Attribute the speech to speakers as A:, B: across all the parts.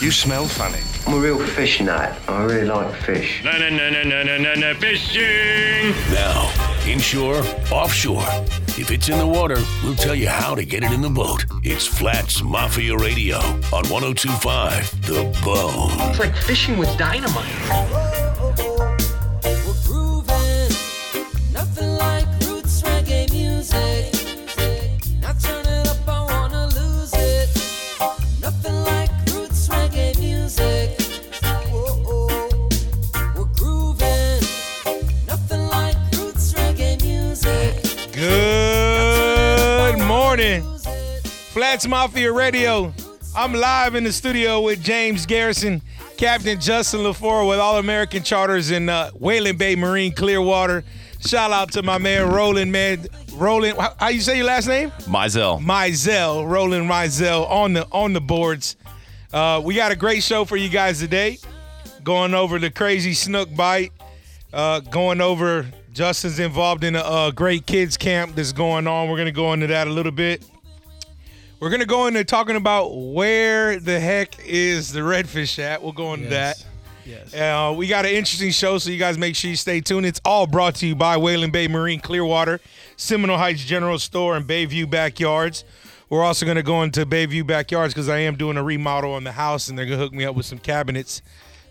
A: You smell funny.
B: I'm a real fish nut. I really like fish.
C: No, no, no, no, no, no, no, no, fishing!
D: Now, inshore, offshore. If it's in the water, we'll tell you how to get it in the boat. It's Flats Mafia Radio on 1025 The Bone.
E: It's like fishing with dynamite.
F: Good morning, Flats Mafia Radio. I'm live in the studio with James Garrison, Captain Justin LaFour with All American Charters in uh, Whalen Bay Marine Clearwater. Shout out to my man Roland, man. Roland, how, how you say your last name?
G: Mizell.
F: Mizell, Roland Mizell on the on the boards. Uh, we got a great show for you guys today. Going over the crazy snook bite. Uh, going over Justin's involved in a, uh great kids camp that's going on. We're gonna go into that a little bit. We're gonna go into talking about where the heck is the redfish at. We'll go into that.
H: Yes.
F: Uh, we got an interesting show, so you guys make sure you stay tuned. It's all brought to you by Whalen Bay Marine Clearwater, Seminole Heights General Store, and Bayview Backyards. We're also going to go into Bayview Backyards because I am doing a remodel on the house, and they're going to hook me up with some cabinets.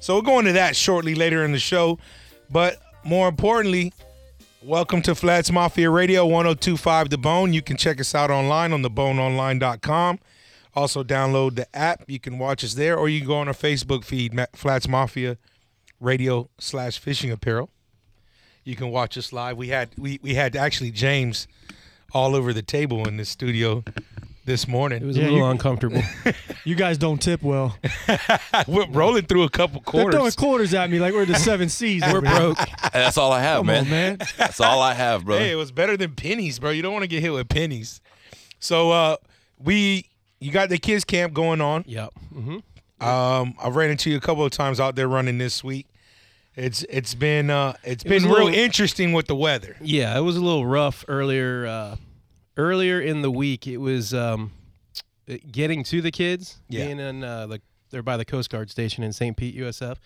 F: So we'll go into that shortly later in the show. But more importantly, welcome to Flats Mafia Radio 1025 The Bone. You can check us out online on theboneonline.com. Also, download the app. You can watch us there, or you can go on our Facebook feed, Ma- Flats Mafia radio slash fishing apparel. You can watch us live. We had we, we had actually James all over the table in the studio this morning.
H: It was
F: Yeah,
H: a little
F: you-
H: uncomfortable.
I: You guys don't tip well.
F: we're rolling through a couple
I: They're throwing
F: quarters.
I: quarters at me like we're the seven C's.
H: We're
I: over here.
H: broke.
G: That's all I have,
I: Come
G: man.
I: on, man.
G: That's all I have, bro.
F: Hey, it was better than pennies, bro. You don't want to get hit with pennies. So uh we you got the kids camp going on.
H: Yep. hmm
F: Um I ran into you a couple of times out there running this week. It's it's been uh it's
H: was
F: been
H: a
F: real
H: little-
F: interesting with the weather.
H: Yeah, it was a little rough earlier. Uh, earlier in the week, it was um, getting to the kids.
F: Yeah.
H: Being in uh, the they're by the Coast Guard station in St. Pete, USF.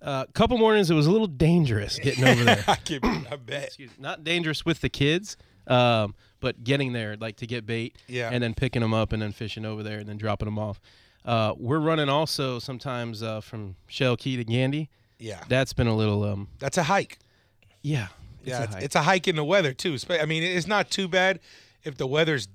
H: A uh, couple mornings, it was a little dangerous getting over there.
F: I can I bet.
H: Excuse- Not dangerous with the kids, um, but getting there like to get bait.
F: Yeah.
H: And then picking them up and then fishing over there and then dropping them off. Uh, we're running also sometimes uh, from Shell Key to Gandy.
F: Yeah.
H: That's been a little um,
F: That's a hike.
H: yeah.
F: Yeah, it's,
H: hike.
F: it's a hike in the weather too. Spe- I mean, it's not too bad if the weather's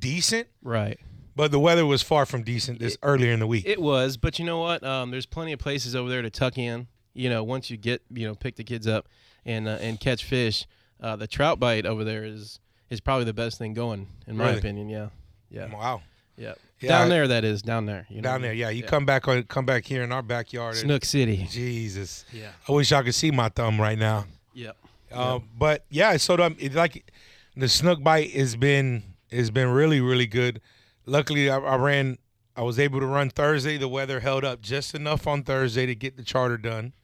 F: decent,
H: right.
F: but the weather was far from decent this earlier in the week.
H: It was, but you know what? Um, there's plenty of places over there to tuck in. You know, once you get you know pick the kids up and uh, and catch fish, uh, the trout bite over there is is probably the best thing going in my
F: Really?
H: opinion. Yeah, yeah,
F: wow.
H: yeah.
F: Yeah, I-
H: Down there, that is down there. You know?
F: Down there, yeah. You come back on come back here in our backyard. and-
H: Snook City.
F: Jesus.
H: Yeah.
F: I wish I could see my thumb right now.
H: Yep.
F: Uh, but yeah, so the, it, like the snook bite has been has been really really good. Luckily, I, I ran. I was able to run Thursday. The weather held up just enough on Thursday to get the charter done.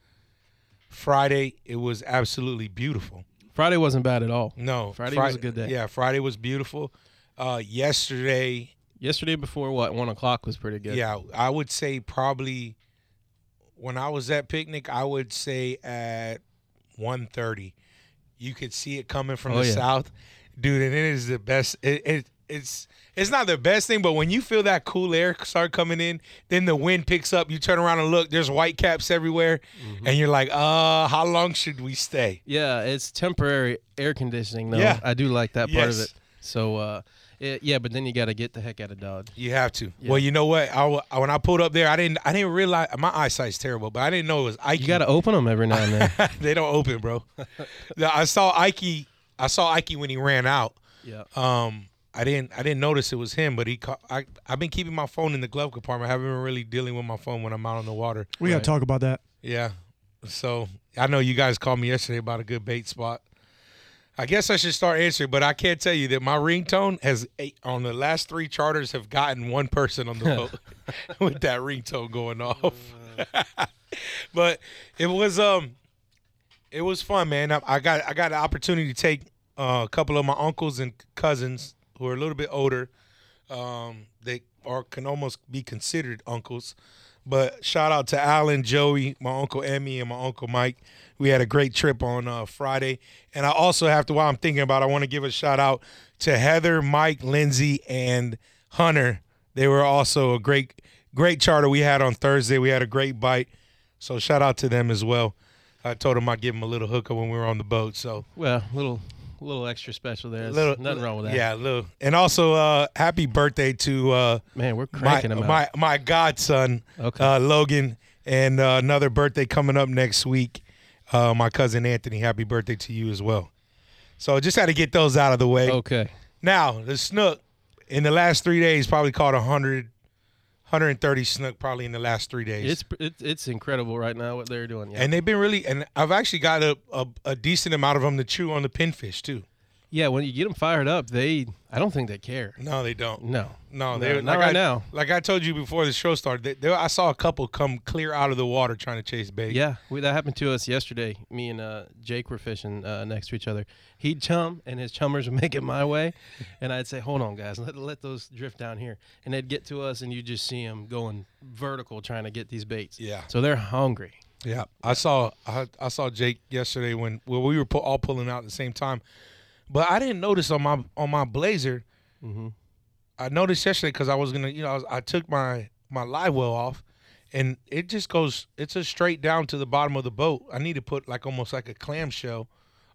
F: Friday, it was absolutely beautiful.
H: Friday wasn't bad at all.
F: No,
H: Friday
F: Fri-
H: was a good day.
F: Yeah, Friday was beautiful. Uh, yesterday,
H: Yesterday before what one o'clock was pretty good.
F: yeah, I would say probably when I was at picnic, I would say at 1.30. You could see it coming from
H: Oh,
F: the
H: yeah.
F: south, dude, and it is the best. It, it it's it's not the best thing, but when you feel that cool air start coming in, then the wind picks up. You turn around and look, there's white caps everywhere,
H: Mm-hmm.
F: and you're like, uh, how long should we stay?
H: Yeah, it's temporary air conditioning though.
F: Yeah.
H: I do like that part of
F: Yes.
H: it. So uh, it, yeah, but then you got to get the heck out of Dodge.
F: You have to. Well, you know what? I, wa- when I pulled up there, I didn't I didn't realize my eyesight's terrible, but I didn't know it was Ike.
H: You got to open them every now and then.
F: they don't open, bro. Yeah, I saw Ike. I saw Ike when he ran out.
H: yeah.
F: Um, I didn't. I didn't notice it was him, but he. Ca- I. I've been keeping my phone in the glove compartment. I haven't been really dealing with my phone when I'm out on the water.
I: We gotta talk about that.
F: Yeah. So I know you guys called me yesterday about a good bait spot. I guess I should start answering, but I can't tell you that my ringtone has eight, on the last three charters have gotten one person on the boat with that ringtone going off. but it was um, it was fun, man. I, I got I got the opportunity to take uh, a couple of my uncles and cousins who are a little bit older. Um, they are can almost be considered uncles. But shout out to Alan, Joey, my uncle Emmy, and my uncle Mike. We had a great trip on uh, Friday, and I also have to. While I'm thinking about, it, I want to give a shout out to Heather, Mike, Lindsay, and Hunter. They were also a great, great charter we had on Thursday. We had a great bite, so shout out to them as well. I told them I'd give them a little hooker when we were on the boat. So
H: Well, little little extra special there. It's
F: little,
H: nothing wrong with that.
F: Yeah, little. And also, uh, happy birthday to uh,
H: Man, we're
F: my,
H: cranking them out.
F: my my godson,
H: Okay.
F: uh, Logan, and uh, another birthday coming up next week. Uh, my cousin Anthony, happy birthday to you as well. So just had to get those out of the way.
H: okay.
F: Now the snook in the last three days probably caught 100, 130 snook probably in the last three days.
H: It's it's it's incredible right now what they're doing. Yeah.
F: and they've been really, and I've actually got a, a, a decent amount of them to chew on the pinfish too.
H: yeah, when you get them fired up, they I don't think they care.
F: No, they don't.
H: No.
F: No, they
H: not
F: like
H: right
F: I,
H: now.
F: Like I told you before the show started, they, they, I saw a couple come clear out of the water trying to chase bait.
H: Yeah, we, that happened to us yesterday. Me and uh, Jake were fishing uh, next to each other. He'd chum, and his chummers would make it my way, and I'd say, "Hold on, guys, let let those drift down here." And they'd get to us, and you just see them going vertical trying to get these baits.
F: Yeah.
H: So they're hungry.
F: Yeah, I saw I, I saw Jake yesterday when well we were pu- all pulling out at the same time, but I didn't notice on my on my blazer.
H: Mm-hmm.
F: I noticed yesterday because I was gonna you know I, was, I took my my live well off, and it just goes it's a straight down to the bottom of the boat. I need to put like almost like a clamshell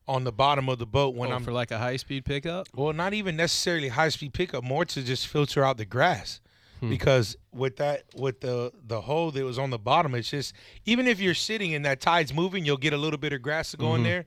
F: on the bottom of the boat when
H: Oh,
F: I'm
H: for like a high speed pickup.
F: Well, not even necessarily high speed pickup, more to just filter out the grass.
H: Hmm.
F: Because with that with the the hole that was on the bottom, it's just even if you're sitting and that tide's moving, you'll get a little bit of grass to go
H: Mm-hmm.
F: in there.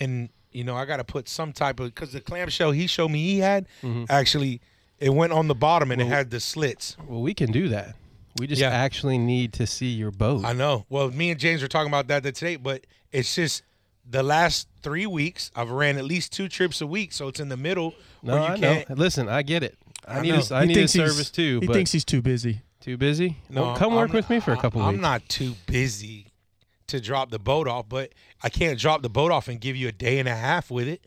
F: And you know, I gotta put some type of because the clamshell he showed me he had
H: Mm-hmm.
F: actually it went on the bottom and it had the slits.
H: Well, we can do that. We just
F: Yeah.
H: actually need to see your boat.
F: I know. Well, me and James were talking about that today, but it's just the last three weeks I've ran at least two trips a week, so it's in the middle
H: no,
F: where you
H: I know.
F: can't.
H: Listen, I get it. I,
F: I
H: need
F: know.
H: a, I
I: He
H: need a
I: thinks he's-
H: service too.
I: He
H: but
I: thinks he's too busy.
H: too busy. well, come
F: I'm
H: work
F: not-
H: with me for a couple
F: I-
H: weeks.
F: I'm not too busy to drop the boat off, but I can't drop the boat off and give you a day and a half with it.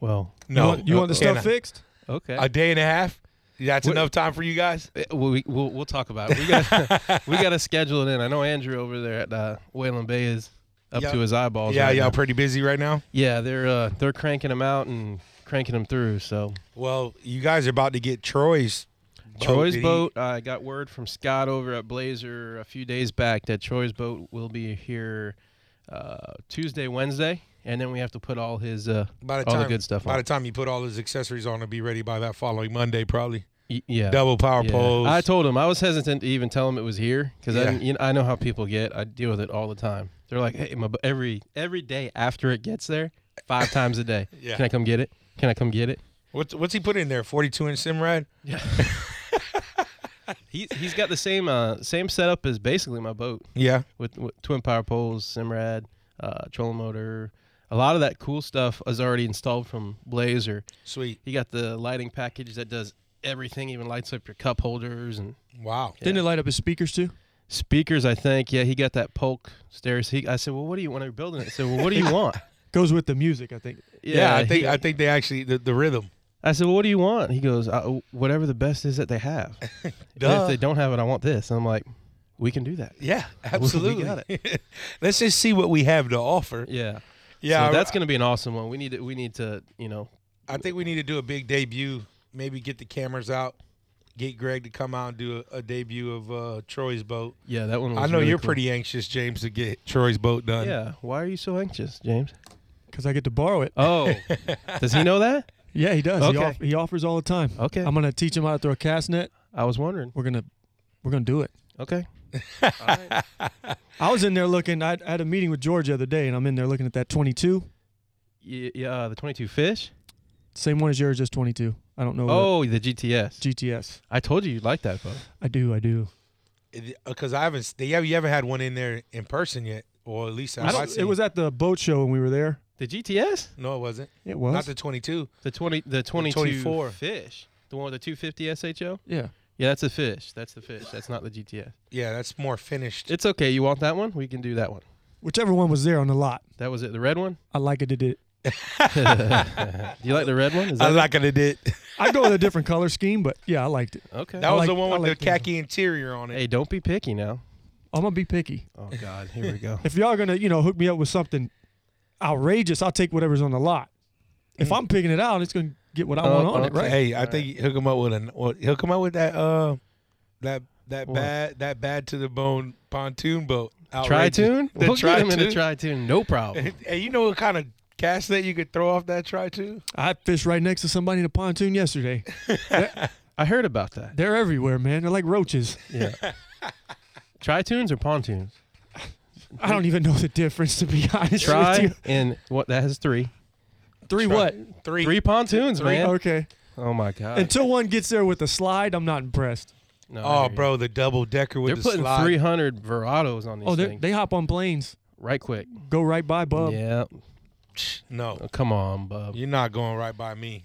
H: Well,
I: you
F: No,
I: want, you want the
F: Can
I: stuff
F: I-
I: fixed?
H: okay.
F: A day and a half. That's
H: What-
F: enough time for you guys.
H: Uh, Well, we, we'll we'll talk about it. We got we got to schedule it in. I know Andrew over there at uh, Whalen Bay is up
F: Yeah.
H: to his eyeballs.
F: Yeah,
H: right
F: y'all
H: now.
F: pretty busy right now.
H: yeah. They're uh, they're cranking them out and cranking them through. So
F: Well, you guys are about to get Troy's
H: Troy's
F: Oh, Did he-
H: boat. uh, I got word from Scott over at Blazer a few days back that Troy's boat will be here uh, Tuesday, Wednesday, and then we have to put all his uh,
F: By the
H: all
F: time,
H: the good stuff
F: By
H: on.
F: the time you put all his accessories on, it'll be ready by that following Monday, probably.
H: Y- yeah.
F: Double power
H: Yeah.
F: poles.
H: I told him I was hesitant to even tell him it was here because
F: Yeah.
H: I didn't- you know, I know how people get. I deal with it all the time. They're like, hey, my, bu- every every day after it gets there, five times a day.
F: Yeah.
H: Can I come get it? Can I come get it?
F: what's what's he put in there? Forty-two inch Simrad.
H: He he's got the same uh same setup as basically my boat
F: Yeah,
H: with, with twin power poles, Simrad, uh, trolling motor. A lot of that cool stuff is already installed from Blazer.
F: sweet.
H: He got the lighting package that does everything, even lights up your cup holders and
F: Wow.
I: Didn't it light up his speakers too?
H: speakers. I think yeah, he got that Polk stairs. He, I said, well, what do you want to build in it? I said, well, what do you want?
I: Goes with the music, I think.
F: Yeah, I think
H: he-
F: I think they actually the, the rhythm.
H: I said, well, what do you want? He goes, I, whatever the best is that they have. And
F: Duh.
H: if they don't have it, I want this. And I'm like, we can do that.
F: Yeah,
H: absolutely.
F: it. Let's just see what we have to offer.
H: Yeah.
F: Yeah,
H: So
F: I-
H: that's gonna be an awesome one. We need to. We need to. You know.
F: I think we need to do a big debut. Maybe get the cameras out, get Greg to come out and do a, a debut of uh, Troy's boat.
H: Yeah, that one. Was
F: I know
H: really
F: you're
H: cool.
F: pretty anxious, James, to get Troy's boat done.
H: Yeah. Why are you so anxious, James?
I: Because I get to borrow it.
H: Oh, does he know that?
I: Yeah, he does. He,
H: Okay.
I: off, he offers all the time.
H: Okay.
I: I'm gonna teach him how to throw a cast net.
H: I was wondering.
I: We're gonna we're gonna do it.
H: Okay.
I: I was in there looking. I, I had a meeting with George the other day, and I'm in there looking at that 22.
H: Yeah. yeah uh, the 22 fish.
I: Same one as yours, just 22. I don't know.
H: Oh, the GTS.
I: the GTS.
H: I told you you'd like that boat.
I: I do. I do.
F: because uh, I haven't. They have you haven't had one in there in person yet, or at least
H: I
F: I've
H: don't-
F: seen.
I: It was at the boat show when we were there.
H: The GTS.
F: no, it wasn't.
I: It was.
F: Not the 22.
H: The twenty, the twenty-two
F: 24.
H: fish. The one with the two fifty SHO.
I: yeah.
H: Yeah, that's a fish. That's the fish. That's not the GTS.
F: Yeah, that's more finished.
H: It's okay. You want that one? We can do that one.
I: Whichever one was there on the lot,
H: That was it. The red one.
I: I like it. It did.
H: Do you like the red one? Is
F: I
H: that
F: like it. It did.
I: I go with a different color scheme, but yeah, I liked it.
H: okay?
F: That was
I: like-
F: the one
I: I
F: with
I: like
F: the
I: that.
F: khaki interior on it.
H: hey, don't be picky now.
I: I'm gonna be picky.
H: Oh God, here we go.
I: If y'all gonna, you know, hook me up with something outrageous, I'll take whatever's on the lot. If I'm picking it out, it's gonna get what I want on it,
H: Mm. Oh, okay.
I: right?
F: Hey, I think hook him up with a well, hook him up with that uh that that
H: What?
F: bad that bad to the bone pontoon boat.
H: Try
F: Outrageous.
H: tune.
F: The
H: We'll get him in
F: tri-tune.
H: the try tune. No problem.
F: Hey, you know what kind of cast that you could throw off that try to?
I: I fished right next to somebody in a pontoon yesterday.
H: I heard about that.
I: They're everywhere, man. They're like roaches.
H: Yeah. try tunes or pontoons?
I: I don't even know the difference, to be honest with
H: Try
I: you.
H: and what that has three.
I: Three what?
F: Three.
H: Three pontoons, man.
I: Okay.
H: Oh my god.
I: Until one gets there with a slide, I'm not impressed.
H: No,
F: Oh,
H: there you
F: bro, the double decker
H: go.
F: with
H: They're
F: the
H: putting
F: slide.
H: 300 Verados on these
I: Oh, they
H: things
I: they hop on planes,
H: right quick.
I: go right by Bub.
H: yeah.
F: No,
H: Oh, come on, bub.
F: you're not going right by me.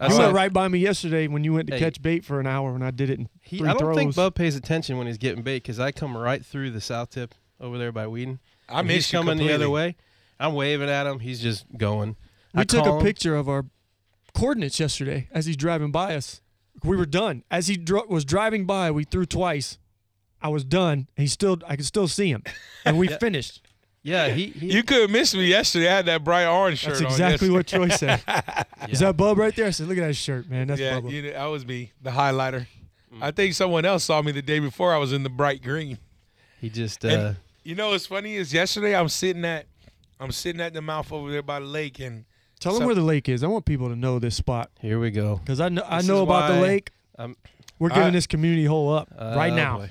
H: I
I: You
H: said-
I: went right by me yesterday when you went to
H: Hey.
I: catch bait for an hour, and I did it in
H: He,
I: three
H: I don't
I: throws.
H: think Bub pays attention when he's getting bait because I come right through the south tip over there by Whedon.
F: I
H: And
F: miss
H: he's
F: you
H: coming the
F: completely.
H: other way. I'm waving at him. He's just going.
I: we
H: I
I: took
H: call
I: a
H: him.
I: picture of our coordinates yesterday as he's driving by us. We were done as he dro- was driving by. We threw twice. I was done. He still, I could still see him, and we finished.
H: Yeah, he. he
F: You could have missed me yesterday. I had that bright orange shirt
I: That's
F: on
I: exactly
F: yesterday.
I: what Troy said. Is that Bub right there? I said, look at that shirt, man. That's
F: Yeah,
I: Bub.
F: you know, that was me, the highlighter. I think someone else saw me the day before. I was in the bright green.
H: he just. Uh,
F: And you know what's funny is yesterday I'm sitting at I'm sitting at the mouth over there by the lake and
I: Tell him
F: So-
I: where the lake is. I want people to know this spot
H: here we go.
I: because I know I
H: This
I: know
H: is
I: about the
H: why
I: lake.
H: I'm-
I: We're giving
F: I- Uh,
I: this community hole up right
H: Oh,
I: now.
H: boy.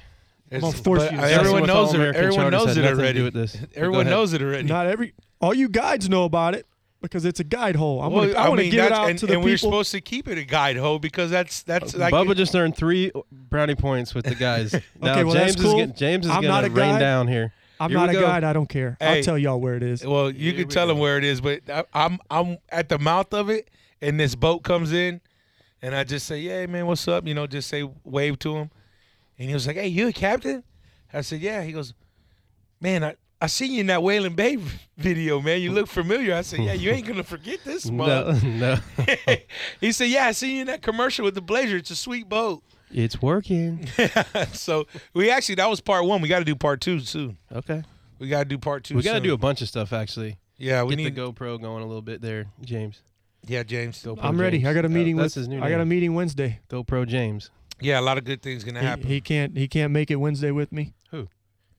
F: it's-
I: gonna force
F: but
I: you to say
F: everyone
H: Something with
F: knows it.
H: All-American
F: Everyone
H: charters
F: knows
H: had
F: it
H: nothing to
F: already.
H: do with this. Go
F: Everyone
H: ahead.
F: knows it already.
I: Not every all you guides know about it because it's a guide hole. I'm
F: Well,
I: gonna, I, want to
F: mean,
I: give it
F: that's-
I: out
F: and,
I: to the
F: and we're
I: people. Uh,
F: supposed to keep it a guide hole because that's that's like
H: Bubba just earned three brownie points with the guys. Now
I: well, that's
H: James is
I: cool.
H: getting, James is
I: I'm
H: gonna
I: not a
H: rain
I: guy.
H: down here.
I: I'm
H: Here
I: not
H: we
I: a
H: go.
I: guide. I don't care.
F: Hey.
I: I'll tell y'all where it is.
F: Well, you can tell them where it is, but I, I'm I'm at the mouth of it, and this boat comes in, and I just say, "Yeah, man, what's up?" You know, just say wave to him, and he was like, "Hey, you a captain?" I said, "Yeah." He goes, "Man, I." I seen you in that Wailing Bay video, man. You look familiar. I said, Yeah, you ain't gonna forget this,
H: No,
F: mug.
H: no,
F: he said, Yeah, I seen you in that commercial with the Blazer. It's a sweet boat.
H: it's working.
F: So we actually that was part one. We gotta do part two soon.
H: Okay,
F: We gotta do part two
H: we got to
F: soon.
H: do a bunch of stuff actually.
F: Yeah, we
H: Get
F: need
H: the GoPro going a little bit there, James.
F: Yeah, James.
H: GoPro
I: I'm ready.
H: James.
I: I got a
H: Uh,
I: meeting
H: that's
I: with.
H: his new
I: I got a
H: name.
I: meeting Wednesday.
H: GoPro James.
F: Yeah, a lot of good things gonna
I: He,
F: happen.
I: he can't. He can't make it Wednesday with me.
H: Who?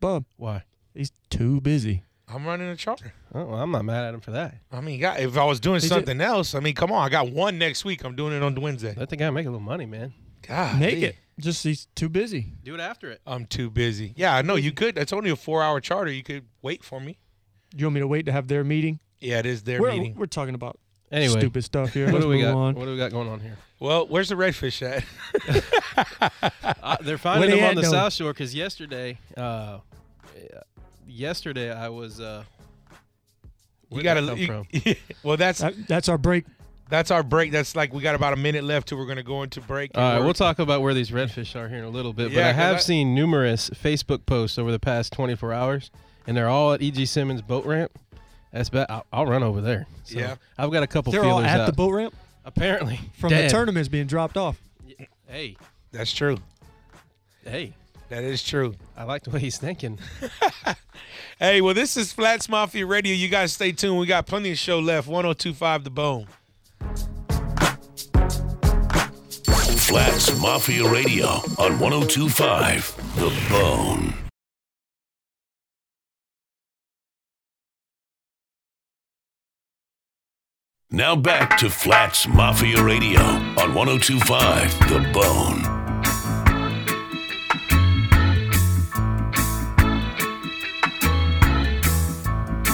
I: Bub.
H: Why?
I: He's too busy.
F: I'm running a charter.
H: Oh, well, I'm not mad at him for that.
F: I mean, God, if I was doing
I: it-
F: something else, I mean, come on, I got one next week. I'm doing it on Wednesday.
H: Let the guy make a little money, man. Ah,
F: God,
I: Make it. Just he's too busy.
H: Do it after it.
F: I'm too busy. Yeah, I know you could. It's only a four-hour charter. You could wait for me.
I: You want me to wait to have their meeting?
F: Yeah, it is their
I: we're,
F: meeting.
I: we're talking about
H: Anyway,
I: stupid stuff here.
H: What
I: Let's
H: do we
I: move
H: got?
I: on.
H: What do we got going on here?
F: well, where's the redfish at?
H: Uh, they're finding
I: Where they
H: them
I: at,
H: on the
I: though?
H: South Shore because yesterday, uh, yesterday I was. Uh,
F: you
H: where'd
F: gotta.
H: that come
F: you-
H: from?
F: well, that's
I: That- that's our break.
F: that's our break. That's like we got about a minute left till we're gonna go into break. and
H: All right,
F: we're-
H: we'll talk about where these redfish are here in a little bit,
F: Yeah,
H: but I
F: 'cause
H: have
F: I-
H: seen numerous Facebook posts over the past 24 hours, and they're all at E.G. Simmons boat ramp. That's bad. I'll, I'll run over there. So
F: Yeah.
H: I've got a couple
I: They're
H: feelers
I: all at
H: out.
I: the boat ramp
H: Apparently,
I: from the
H: Dad.
I: tournaments being dropped off.
H: Hey,
F: That's true.
H: hey,
F: That is true.
H: I like the way he's thinking.
F: Hey, well, this is Flats Mafia Radio. You guys stay tuned. We got plenty of show left. 1025 The Bone.
D: Flats Mafia Radio on 1025 The Bone. Now back to Flats Mafia Radio on 1025 The Bone.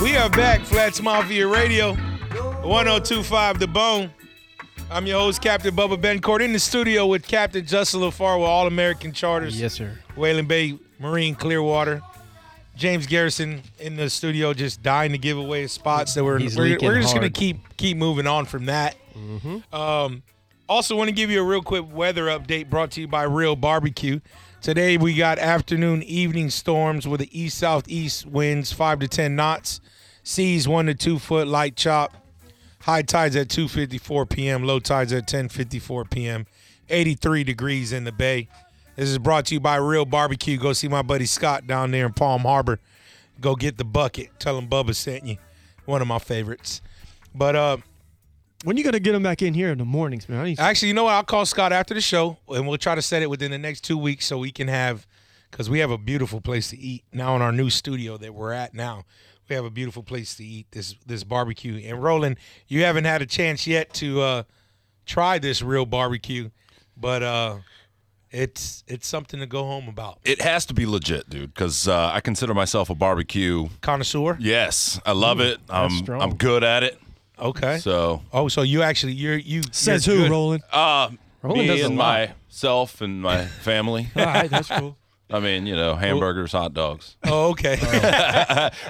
F: We are back, Flats Mafia Radio, 1025 The Bone. I'm your host, Captain Bubba Bencourt, in the studio with Captain Justin LaFar with All American Charters,
H: yes, sir.
F: Whalen Bay Marine Clearwater. James Garrison in the studio just dying to give away his spots that we're,
H: He's
F: we're,
H: leaking
F: we're just going
H: hard.
F: to
H: Mm-hmm.
F: keep keep moving on from that. Um, also, want to give you a real quick weather update brought to you by Real Barbecue. Today, we got afternoon, evening storms with the east southeast winds 5 to 10 knots, seas 1 to 2 foot, light chop. High tides at 2:54 p.m., low tides at 10:54 p.m. 83 degrees in the bay. This is brought to you by Real Barbecue. Go see my buddy Scott down there in Palm Harbor. Go get the bucket. Tell him Bubba sent you. One of my favorites. But uh,
I: When you gonna get them back in here in the mornings, man? I need-
F: actually, you know what? I'll call Scott after the show, and we'll try to set it within the next two weeks so we can have, because we have a beautiful place to eat now in our new studio that we're at now. We have a beautiful place to eat this this barbecue. And Roland, you haven't had a chance yet to uh, try this real barbecue, but uh, it's it's something to go home about.
G: It has to be legit, dude, because uh, I consider myself a barbecue.
F: Connoisseur.
G: Yes, I love it. I'm
H: strong.
G: I'm good at it.
F: Okay.
G: So
F: oh, so you actually you're you
I: says
F: you're
I: who,
F: good.
I: Roland?
G: uh,
H: Roland
G: me
H: does a
G: and
H: lot.
G: myself and my family.
I: All right, that's cool.
G: I mean, you know, hamburgers, hot dogs,
F: Oh, okay.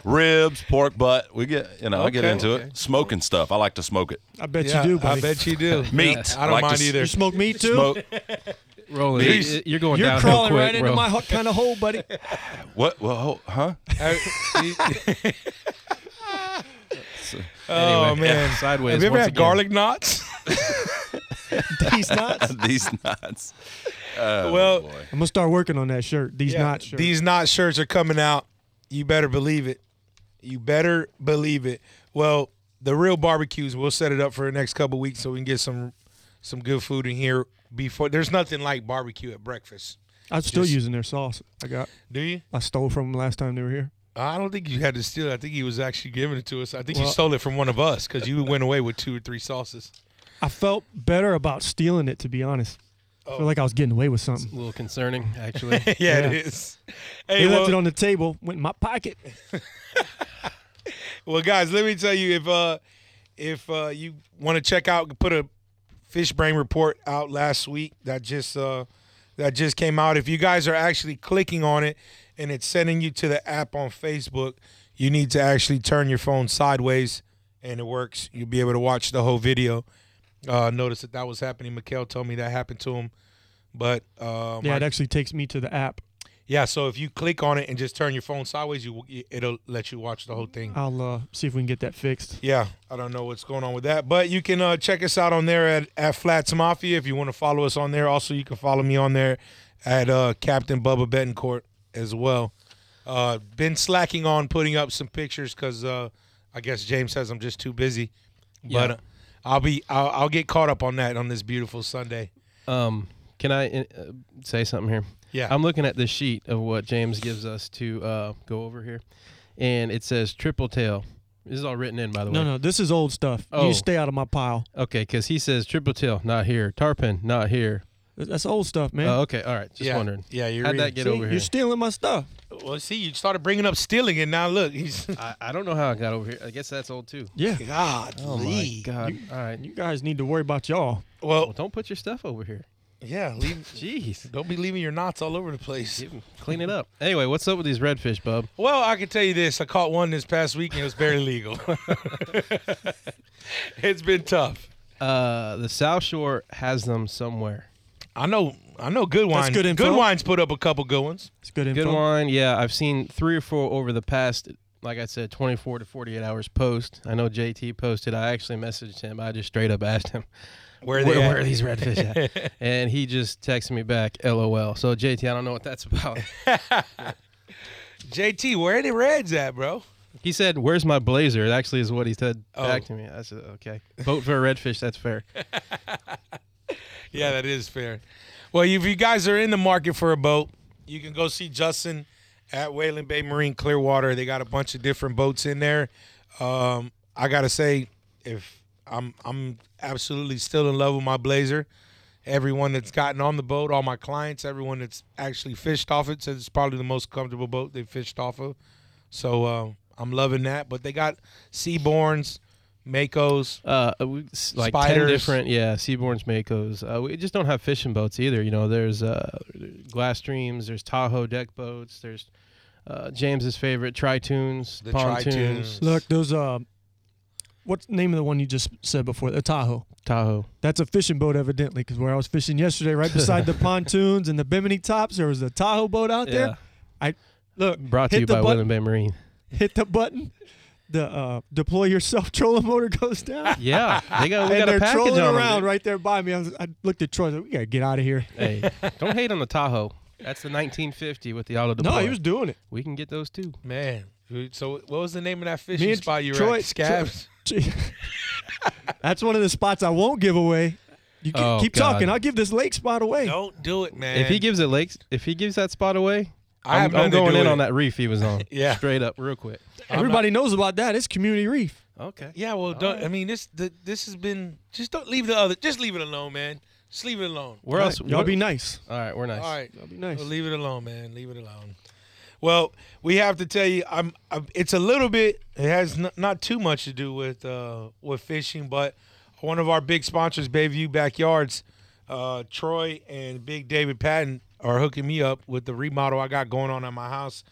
G: ribs, pork butt. We get, you know, I get
F: Okay.
G: into it. Smoking stuff. I like to smoke it.
I: I bet
F: Yeah,
I: you do, buddy.
F: I bet you do.
G: Meat.
F: I don't
G: Like to
F: mind
G: s-
F: either.
I: You smoke meat too.
G: Smoke.
H: Roland,
G: These-
H: you- you're going
I: You're
H: downhill
I: crawling
H: quick,
I: right into
H: bro.
I: my kind of hole, buddy.
G: What? Well, huh?
F: oh man.
H: sideways.
F: Have you ever
H: once
F: had
H: again.
F: garlic knots?
I: These knots. I'm
G: These knots.
I: Oh,
F: well,
I: gonna start working on that shirt. These knots shirt.
F: these knot shirts are coming out. You better believe it. You better believe it. Well, the real barbecues, we'll set it up for the next couple weeks so we can get some some good food in here before there's nothing like barbecue at breakfast.
I: I'm still
F: just-
I: using their sauce. I got.
F: Do you?
I: I stole from them last time they were here.
F: I don't think you had to steal. it. I think he was actually giving it to us. I think you stole it from one of us because you went away with two or three sauces.
I: I felt better about stealing it, to be honest.
F: Oh.
I: I feel like I was getting away with something.
H: A little concerning, actually.
F: Yeah,
I: Yeah.
F: it is. Hey,
I: They left
F: well-
I: it on the table, went in my pocket.
F: Well, guys, let me tell you if uh if uh you want to check out put a fish brain report out last week that just uh that just came out. If you guys are actually clicking on it and it's sending you to the app on Facebook, you need to actually turn your phone sideways and it works. You'll be able to watch the whole video. Uh notice that that was happening. Mikhail told me that happened to him. But um
I: Yeah, it actually takes me to the app.
F: yeah, so if you click on it and just turn your phone sideways, you it'll let you watch the whole thing.
I: I'll uh, see if we can get that fixed.
F: Yeah, I don't know what's going on with that, but you can uh, check us out on there at, at Flats Mafia if you want to follow us on there. Also, you can follow me on there at uh, Captain Bubba Betancourt as well. Uh, been slacking on putting up some pictures because uh, I guess James says I'm just too busy, but
H: Yeah.
F: uh, I'll be I'll, I'll get caught up on that on this beautiful Sunday.
H: Um, can I uh, say something here?
F: Yeah.
H: I'm looking at the sheet of what James gives us to uh, go over here, and it says triple tail. This is all written in, by the way.
I: No, no, this is old stuff.
H: Oh.
I: You stay out of my pile.
H: Okay, because he says triple tail, not here. Tarpon, not here.
I: Th- That's old stuff, man.
H: Oh, okay, all right. Just
F: Yeah.
H: wondering.
F: Yeah, you're
H: How'd
F: reading-
H: that get
I: See,
H: over here?
I: You're stealing my stuff.
F: Well, see, you started bringing up stealing, and now look, he's
H: I, I don't know how I got over here. I guess that's old too.
I: Yeah.
F: God.
H: Oh my God! all right.
I: You guys need to worry about y'all.
H: Well,
F: Well,
H: don't put your stuff over here.
F: yeah, leave,
H: Jeez.
F: don't be leaving your knots all over the place.
H: Clean it up. Anyway, what's up with these redfish, bub?
F: Well, I can tell you this: I caught one this past week, and it was barely legal. it's been tough.
H: Uh, the South Shore has them somewhere.
F: I know, I know. Good wine.
I: good info.
F: wines put up a couple good ones.
I: It's good info.
H: Good wine. Yeah, I've seen three or four over the past, like I said, 24 to 48 hours post. I know JT posted. I actually messaged him. I just straight up asked him,
F: Where are they?
H: where,
F: at?
H: where are these redfish at? and he just texted me back, LOL. So, JT, I don't know what that's about.
F: JT, where are the Reds at, bro?
H: He said, "Where's my blazer?" It actually is what he said back
F: Oh.
H: to me. I said, "Okay, vote for a redfish. That's fair."
F: Yeah, that is fair. Well, if you guys are in the market for a boat, you can go see Justin at Whalen Bay Marine Clearwater. They got a bunch of different boats in there. Um, I gotta say, if I'm I'm absolutely still in love with my blazer. Everyone that's gotten on the boat, all my clients, everyone that's actually fished off it says it's probably the most comfortable boat they fished off of. So uh, I'm loving that. But they got Seaborns, Makos.
H: Uh, we, s- like ten
F: Spiders.
H: different, yeah, seaborns, makos. Uh, we just don't have fishing boats either. You know, there's uh, glass streams, there's Tahoe deck boats, there's uh, James's favorite tritunes,
F: The
H: pontoons,
F: tritunes.
I: Look, those uh, what's the name of the one you just said before? The Tahoe.
H: Tahoe.
I: That's a fishing boat, evidently, because where I was fishing yesterday, right beside the pontoons and the bimini tops, there was a Tahoe boat out
H: Yeah.
I: there. I look
H: Brought to
I: hit
H: you
I: the
H: by William
I: button,
H: Bay Marine.
I: Hit the button. the uh, deploy yourself trolling motor goes down.
H: Yeah, they got, we
I: and
H: got a
I: they're
H: package
I: trolling
H: on 'em.
I: around right there by me. I, was, I looked at Troy. I was like, we gotta get out of here.
H: Hey, don't hate on the Tahoe. That's the 1950 with the auto deploy.
I: No, he was doing it.
H: we can get those too.
F: Man. dude, So what was the name of that fishing
I: Me and
F: spot you were
I: Troy-
F: at? Scabs.
I: Gee. That's one of the spots I won't give away. You keep,
H: Oh,
I: keep
H: God.
I: talking. I'll give this lake spot away.
F: Don't do it, man.
H: If he gives it lakes, if he gives that spot away,
F: I have
H: I'm,
F: nothing
H: I'm
F: to
H: going
F: do
H: in
F: with
H: on
F: it.
H: that reef he was on.
F: Yeah.
H: straight up, real quick.
I: Everybody knows about that. It's community reef.
H: Okay.
F: Yeah, well, don't, I mean, this the, this has been just don't leave the other, just leave it alone, man. Just leave it alone.
H: Where else?
I: Y'all
H: where-
I: be nice.
H: All right, we're nice.
F: All right,
I: Be nice.
F: Well, leave it alone, man. Leave it alone. Well, we have to tell you, I'm. I'm it's a little bit. It has n- not too much to do with uh, with fishing, but one of our big sponsors, Bayview Backyards, uh, Troy and Big David Patton are hooking me up with the remodel I got going on at my house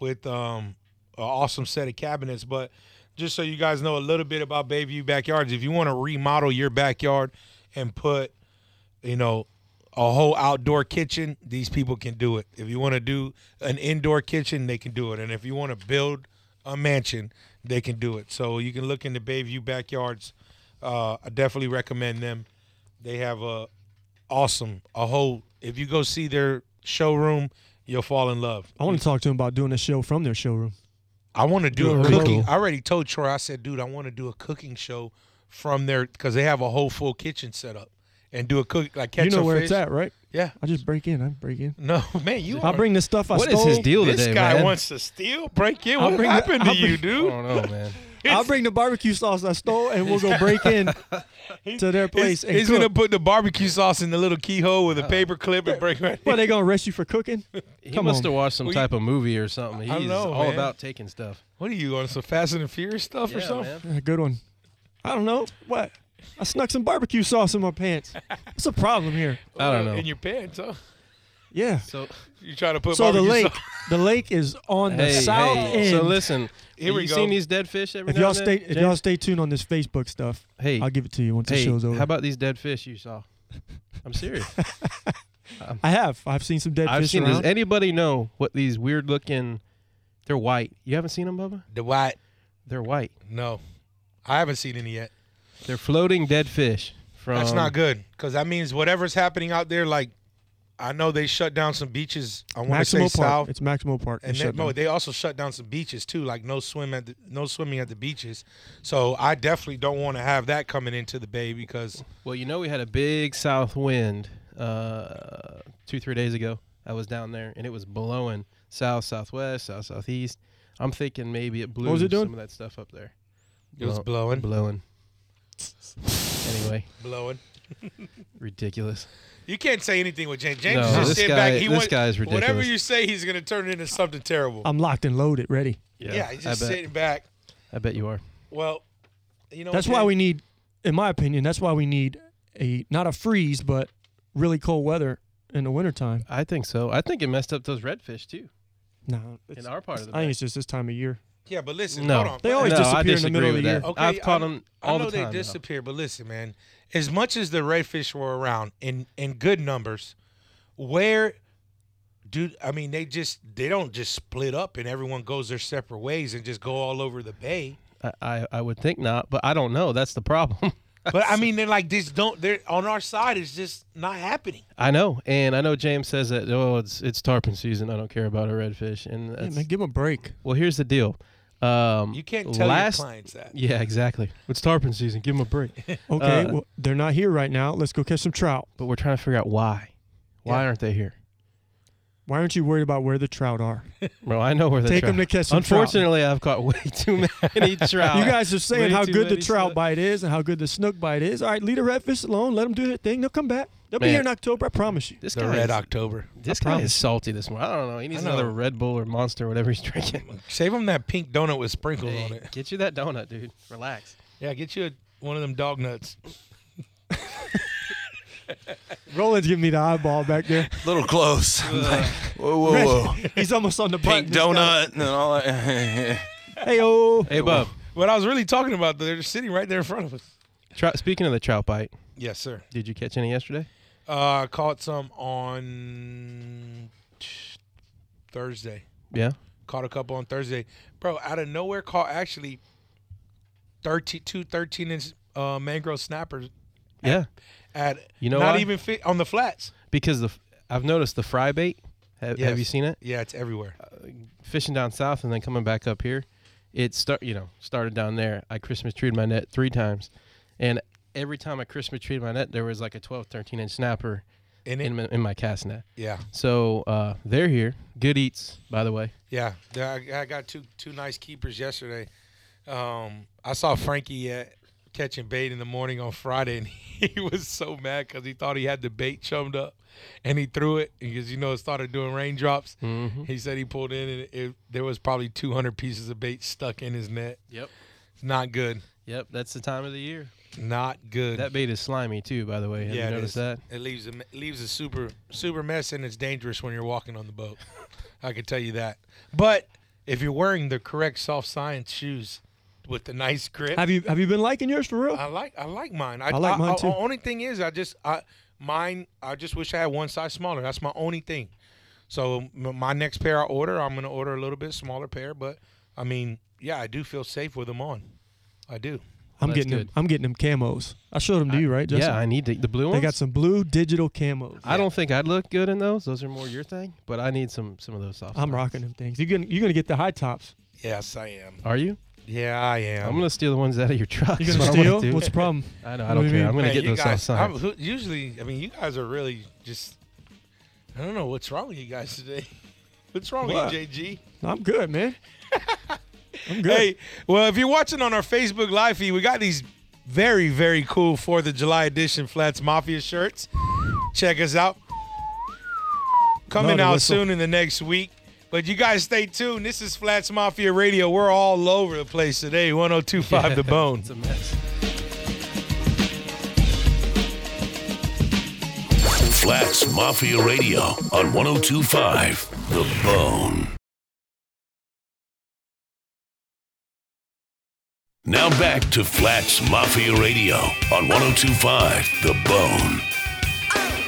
F: with um, an awesome set of cabinets. But just so you guys know a little bit about Bayview Backyards, if you want to remodel your backyard and put you know, a whole outdoor kitchen, these people can do it. If you want to do an indoor kitchen, they can do it. And if you want to build a mansion, they can do it. So you can look into Bayview Backyards. Uh, I definitely recommend them. They have a awesome, a whole. If you go see their showroom, you'll fall in love.
I: I want to talk to him about doing a show from their showroom.
F: I want to do
I: Doing
F: a
I: really
F: cooking.
I: cool.
F: I already told Troy. I said, dude, I want to do a cooking show from there because they have a whole full kitchen set up and do a cook like catch
I: you know
F: a
I: where
F: fish.
I: it's at, right?
F: Yeah.
I: I just break in. I break in.
F: No, man, you.
I: I
F: are-
I: bring the stuff I
H: What is
I: stole.
H: his deal
F: This
H: today,
F: guy
H: man?
F: wants to steal, break in. What
I: bring the-
F: happened
I: I'll
F: to you,
H: I
F: dude?
H: don't know, man.
I: I'll bring the barbecue sauce I stole, and we'll go break in to their place.
F: He's,
I: and
F: he's gonna
I: cook.
F: put the barbecue sauce in the little keyhole with a paper clip and break right.
I: What, they gonna arrest you for cooking?
H: He
I: Come
H: must
I: on.
H: have watched some
F: Well, you-
H: type of movie or something.
F: I
H: He's
F: know,
H: all
F: man.
H: about taking stuff.
F: What are you on some Fast and the Furious stuff or
H: Yeah,
F: something?
H: man.
I: A good one. I don't know what. I snuck some barbecue sauce in my pants. What's the problem here?
H: I don't know.
F: In your pants, huh?
I: Yeah.
H: So
F: You trying to put
I: So the
F: barbecue
I: lake,
F: sauce?
I: the lake is on the
H: hey,
I: south
H: hey,
I: end.
H: So listen,
F: Here we
H: you
F: go.
H: seen these dead fish every
I: if
H: now
I: y'all
H: and then,
I: stay, if y'all
H: James?
I: stay tuned on this Facebook stuff,
H: Hey,
I: I'll give it to you once the
H: hey,
I: show's over.
H: how about these dead fish you saw? I'm serious.
I: I have, I've seen some dead
H: I've
I: fish
H: seen.
I: around.
H: Does anybody know what these weird looking? They're white. You haven't seen them, Bubba?
F: The white?
H: They're white.
F: No, I haven't seen any yet.
H: They're floating dead fish. From
F: That's not good because that means whatever's happening out there. Like, I know they shut down some beaches. I want to say
I: Maximo Park.
F: south.
I: It's Maximo Park.
F: and
I: They
F: they,
I: shut
F: no,
I: down.
F: they also shut down some beaches too, like no swim at the, no swimming at the beaches. So I definitely don't want to have that coming into the bay because
H: Well, you know, we had a big south wind uh, two, three days ago. I was down there and it was blowing south, southwest, south, southeast. I'm thinking maybe it blew
I: was it doing?
H: some of that stuff up there.
F: it was
H: Blow-
F: blowing,
H: blowing. Anyway,
F: blowing.
H: ridiculous.
F: You can't say anything with James. James
H: No,
F: is just
H: this
F: sit
H: guy-
F: back. He
H: this
F: wants-
H: guy's
F: Whatever
H: ridiculous.
F: you say, he's gonna turn it into something terrible.
I: I'm locked and loaded, ready.
F: yeah, he's
H: I
F: just
H: bet.
F: sitting back.
H: I bet you are.
F: Well, you know
I: That's
F: what,
I: why
F: James?
I: we need, in my opinion, that's why we need a not a freeze, but really cold weather in the wintertime.
H: I think so. I think it messed up those redfish too
I: No,
H: in
I: it's-
H: our part of the
I: I think
H: bay.
I: it's just this time of year.
F: Yeah, but listen,
H: No,
F: hold on.
I: They always
H: no, I
I: disappear in the
H: disagree
I: middle of
H: with
I: the
H: that.
I: year.
H: Okay, I've caught
F: I-
H: 'em
F: I
H: all
F: know
H: the
F: they
H: time, though.
F: disappear, but listen, man. As much as the redfish were around in in good numbers, where do I mean they just they don't just split up and everyone goes their separate ways and just go all over the bay.
H: I, I, I would think not, but I don't know. That's the problem.
F: But I mean they're like this don't they're on our side it's just not happening.
H: I know, and I know James says that. Oh, it's it's tarpon season. I don't care about a redfish. And
I: Yeah,
H: that's,
I: man, give them a break.
H: well, here's the deal. Um,
F: You can't tell
H: last,
F: your clients that.
H: Yeah, exactly. It's tarpon season. Give them a break.
I: Okay,
H: Uh,
I: well, they're not here right now. Let's go catch some trout.
H: but we're trying to figure out why. Why aren't they here?
I: Why aren't you worried about where the trout are?
H: Bro, I know where they
I: Take 'em to catch some trout.
H: Unfortunately, I've caught way too many trout.
I: You guys are saying
H: Way
I: how
H: too
I: good the
H: many
I: trout
H: snook.
I: bite is and how good the snook bite is. All right, leave the redfish alone. Let them do their thing. They'll come back. They'll be
H: Man.
I: here in October. I promise you.
H: This
F: The
H: guy,
F: red
H: is,
F: October.
H: this
I: I
H: guy
I: promise.
H: is salty this morning. I don't know. He needs
F: know.
H: another Red Bull or Monster, whatever he's drinking.
F: Save them that pink donut with sprinkles on
H: Hey,
F: it.
H: get you that donut, dude. Relax.
F: Yeah, get you a, one of them dog nuts.
I: Roland's giving me the eyeball back there.
G: Little close. whoa, whoa, Oh, whoa.
I: He's almost on the
G: Pink
I: button.
G: donut and all that.
I: Hey, oh.
H: Hey, Bub.
F: What I was really talking about, they're just sitting right there in front of us.
H: Trout, speaking of the trout bite,
F: Yes, sir.
H: did you catch any yesterday?
F: Uh, caught some on Thursday.
H: Yeah.
F: Caught a couple on Thursday, bro. Out of nowhere, caught actually 13, two 13 inch uh, mangrove snappers
H: Yeah,
F: at
H: You know
F: not
H: why?
F: even fi- on the flats.
H: because the f- I've noticed the fry bait. Have, have you
F: Yes.
H: seen it?
F: Yeah, it's everywhere.
H: Fishing down south and then coming back up here, it start you know started down there. I Christmas treed my net three times, and every time I Christmas treed my net, there was like a 12, 13 inch snapper
F: In it,
H: in my, in my cast net.
F: yeah,
H: So uh, they're here. Good eats, by the way.
F: yeah. There- I, I got two two nice keepers yesterday. Um, I saw Frankie uh, catching bait in the morning on Friday, and he was so mad because he thought he had the bait chummed up, and he threw it because you know it started doing raindrops. He said he pulled in, and it, there was probably 200 pieces of bait stuck in his net.
H: Yep.
F: It's not good.
H: Yep. That's the time of the year.
F: Not good.
H: That bait is slimy too, by the way. Have
F: it
H: you
F: is.
H: noticed that?
F: It leaves a me- leaves a super super mess, and it's dangerous when you're walking on the boat. I can tell you that. But if you're wearing the correct soft science shoes with the nice grip,
I: Have you have you been liking yours for
H: Uh,
I: real?
F: I like I like mine. I,
I: like mine, too.
F: The only thing is, I just I mine. I just wish I had one size smaller. That's my only thing. So m- my next pair I order, I'm gonna order a little bit smaller pair. But I mean, yeah, I do feel safe with them on. I do.
I: I'm
H: That's
I: getting them.
H: good.
I: I'm getting them camos. I showed them to you, right, Justin?
H: Yeah, I need the, the blue ones.
I: They got some blue digital camos.
H: I don't think I'd look good in those. Those are more your thing, but I need some some of those soft.
I: I'm
H: ones.
I: rocking them things. You're gonna you're gonna get the high tops.
F: Yes, I am.
H: Are you?
F: Yeah, I am.
H: I'm gonna steal the ones out of your truck.
I: You
H: is
I: gonna
H: what I'm gonna
I: steal?
H: do.
I: What's the problem?
H: I know.
I: What
H: I
I: do
H: don't
I: you
H: care.
I: mean?
H: I'm gonna
F: Man,
H: get
F: you
H: those
F: guys,
H: soft
F: I'm-
H: signs.
F: who- usually, I mean, you guys are really just. I don't know what's wrong with you guys today. What's wrong
I: What?
F: with you, JG?
I: I'm good, man. I'm good.
F: Hey, well, if you're watching on our Facebook live feed, we got these very, very cool Fourth of July edition Flats Mafia shirts. Check us out. Coming
I: Love the
F: out
I: whistle.
F: soon in the next week. But you guys stay tuned. This is Flats Mafia Radio. We're all over the place today. 1025 The Bone.
H: It's a mess.
D: Flats Mafia Radio on 1025 The Bone. Now back to Flats Mafia Radio on 1025 The Bone.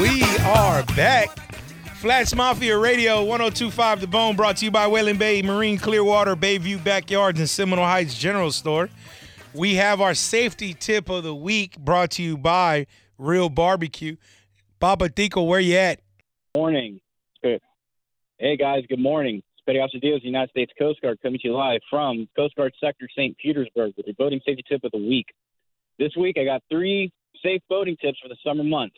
F: We are back. Flats Mafia Radio 1025 The Bone brought to you by Whalen Bay Marine Clearwater, Bayview Backyards, and Seminole Heights General Store. We have our safety tip of the week brought to you by Real Barbecue. Baba Tico, where you at?
A: morning. Good. Hey guys, good morning. Spetty Officer Diaz, United States Coast Guard, coming to you live from Coast Guard Sector St. Petersburg with your boating safety tip of the week. This week I got three safe boating tips for the summer months.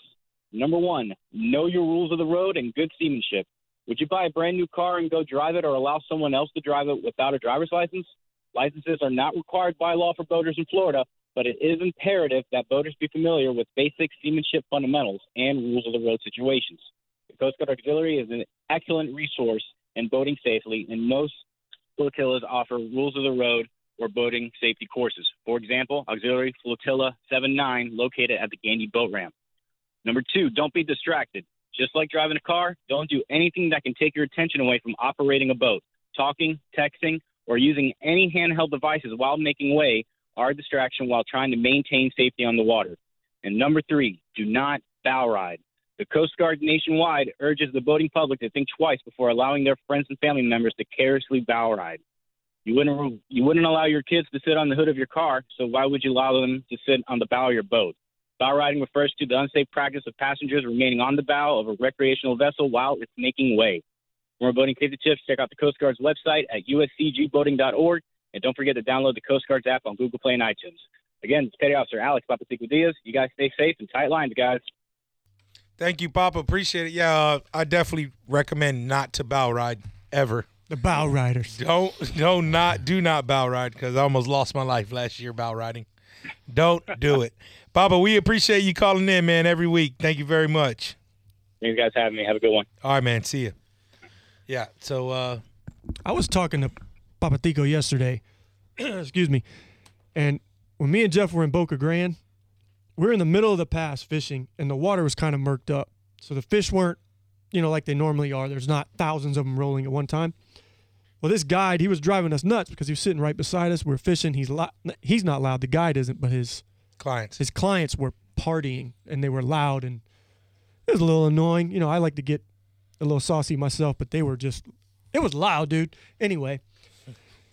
A: Number one, know your rules of the road and good seamanship. Would you buy a brand new car and go drive it or allow someone else to drive it without a driver's license? Licenses are not required by law for boaters in Florida, but it is imperative that boaters be familiar with basic seamanship fundamentals and rules of the road situations. The Coast Guard Auxiliary is an excellent resource in boating safely, and most flotillas offer rules of the road or boating safety courses. For example, Auxiliary Flotilla 79, located at the Gandy Boat Ramp. Number two, don't be distracted. Just like driving a car, don't do anything that can take your attention away from operating a boat. Talking, texting, or using any handheld devices while making way are a distraction while trying to maintain safety on the water. And number three, do not bow ride. The Coast Guard nationwide urges the boating public to think twice before allowing their friends and family members to carelessly bow ride. You wouldn't you wouldn't allow your kids to sit on the hood of your car, so why would you allow them to sit on the bow of your boat? Bow riding refers to the unsafe practice of passengers remaining on the bow of a recreational vessel while it's making way. For more boating safety tips, check out the Coast Guard's website at uscgboating.org, and don't forget to download the Coast Guard's app on Google Play and iTunes. Again, it's Petty Officer Alex Papatico Diaz. You guys stay safe and tight lines, guys.
F: Thank you, Papa. Appreciate it. Yeah, uh, I definitely recommend not to bow ride ever.
I: The bow riders.
F: Don't don't not do not bow ride because I almost lost my life last year bow riding. Don't do it, Papa. We appreciate you calling in, man. Every week, thank you very much.
A: Thanks, guys, for having me. Have a good one.
F: All right, man. See you. Yeah. So uh,
I: I was talking to Papatico yesterday. excuse me. And when me and Jeff were in Boca Grande, we were in the middle of the pass fishing, and the water was kind of murked up. So the fish weren't, you know, like they normally are. There's not thousands of them rolling at one time. Well, this guide, he was driving us nuts because he was sitting right beside us. We are fishing. He's lo- he's not loud. The guide isn't, but his
F: clients.
I: his clients were partying and they were loud and It was a little annoying. You know, I like to get a little saucy myself, but they were just, it was loud, dude. Anyway,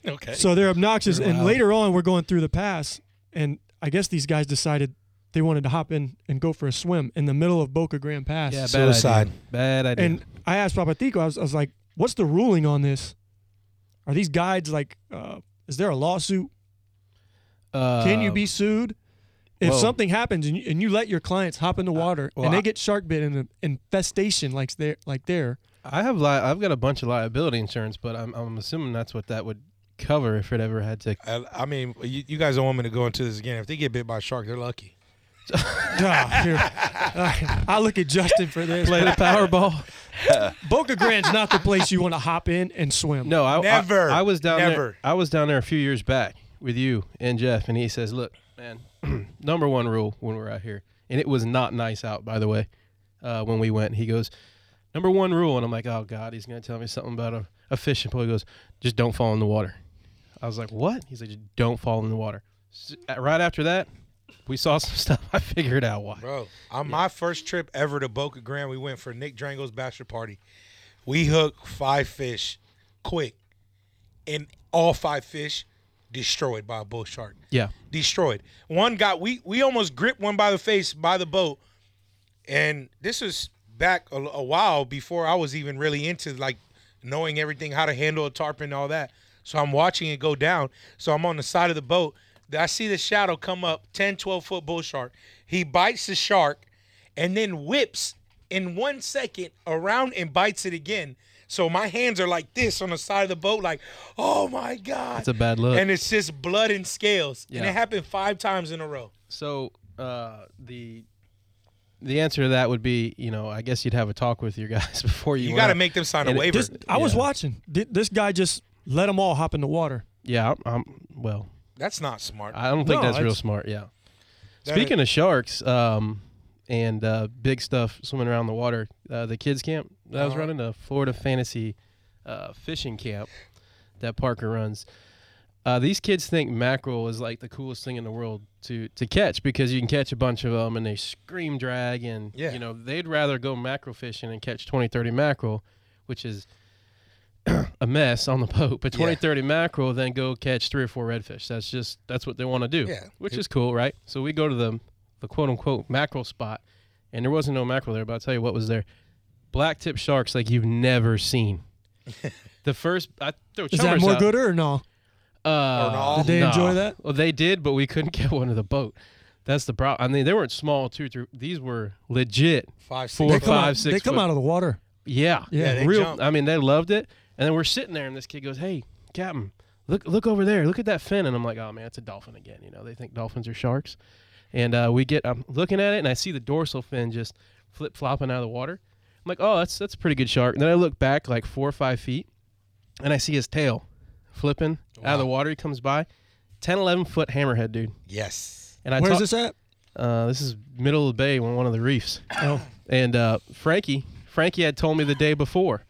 F: Okay.
I: so they're obnoxious.
H: They're
I: and
H: loud.
I: later on, we're going through the pass, and I guess these guys decided they wanted to hop in and go for a swim in the middle of Boca Grande Pass.
H: Yeah, bad
F: Suicide.
H: idea. Bad idea.
I: And I asked Papatico, I was, I was like, what's the ruling on this? Are these guides like, uh, is there a lawsuit?
H: uh,
I: Can you be sued? If
H: whoa.
I: something happens and you, and you let your clients hop in the water
H: well,
I: and they
H: I-
I: get shark bit in an infestation like there, like there,
H: I have li- I've got a bunch of liability insurance, but I'm I'm assuming that's what that would cover if it ever had to.
F: I, I mean, you, you guys don't want me to go into this again. If they get bit by a shark, they're lucky.
I: Ah, here. All right. I look at Justin for this.
H: Play the Powerball.
I: Boca Grande's not the place you want to hop in and swim.
H: No, I I-
F: Never.
H: I, was down
F: Never.
H: there. I was down there a few years back with you and Jeff, and he says, "Look, man, number one rule when we're out here, and it was not nice out, by the way, uh, when we went." He goes, "Number one rule," and I'm like, "Oh God, he's gonna tell me something about a, a fishing pole." He goes, "Just don't fall in the water." I was like, "What?" He's like, "Just don't fall in the water." S- uh, Right after that, we saw some stuff. I figured out why.
F: Bro, on my first trip ever to Boca Grande, we went for Nick Drango's bachelor party. We hooked five fish quick, and all five fish destroyed by a bull shark.
H: Yeah.
F: Destroyed. One got we we almost gripped one by the face by the boat, and this was back a, a while before I was even really into like knowing everything how to handle a tarpon and all that. So I'm watching it go down. So I'm on the side of the boat. I see the shadow come up 10, 12 foot bull shark. He bites the shark and then whips in one second around and bites it again. So my hands are like this on the side of the boat, like, oh my God.
H: It's a bad look.
F: And it's just blood and scales. And
H: Yeah.
F: it happened five times in a row.
H: So uh, the the answer to that would be, you know, I guess you'd have a talk with your guys before
F: You
H: you. went
F: got to
H: out.
F: make them sign a
H: And it
F: waiver.
I: Just, I was
H: Yeah.
I: watching. Th- This guy just let them all hop in the water.
H: Yeah, I'm, I'm- well.
F: That's not smart.
H: I don't think
I: No,
H: that's real
I: it's-
H: smart. Yeah.
F: That
H: Uh, Speaking of sharks, um, and uh, big stuff swimming around the water, uh, the kids camp that I was
F: Uh-huh.
H: running a Florida fantasy uh, fishing camp that Parker runs. Uh, these kids think mackerel is like the coolest thing in the world to to catch because you can catch a bunch of them and they scream drag and
F: Yeah.
H: you know they'd rather go mackerel fishing and catch 20 30 mackerel which is a mess on the boat but 20
F: Yeah.
H: 30 mackerel then go catch three or four redfish that's just that's what they want to do
F: Yeah.
H: which is cool right so we go to the the quote unquote mackerel spot and there wasn't no mackerel there but i'll tell you what was there black tip sharks like you've never seen the first i threw
I: Is that
H: Chalmers
I: more
H: out.
I: gooder or no?
H: Uh,
F: no? Did
I: they
H: no.
I: enjoy that?
H: Well, they did, but we couldn't get one to the boat. That's the problem. I mean, they weren't small two, three. These were legit.
F: Five, six
H: four,
I: They
F: foot.
I: come, out,
H: five, six
I: they come
H: foot.
I: out of the water.
H: Yeah,
I: Yeah,
F: they
H: real.
F: jump.
H: I mean, they loved it. And then we're sitting there, and this kid goes, "Hey, Captain, look, look over there. Look at that fin." And I'm like, "Oh man, it's a dolphin again." You know, they think dolphins are sharks. And uh, we get, I'm looking at it, and I see the dorsal fin just flip flopping out of the water. I'm like, "Oh, that's that's a pretty good shark." And then I look back like four or five feet, and I see his tail flipping out of the water. He comes by, 10, 11 foot hammerhead, dude.
F: Yes.
H: And I
I: Where's
H: talk-
I: this at?
H: uh, this is middle of the bay on one of the reefs. Oh. And uh, Frankie, Frankie had told me the day before.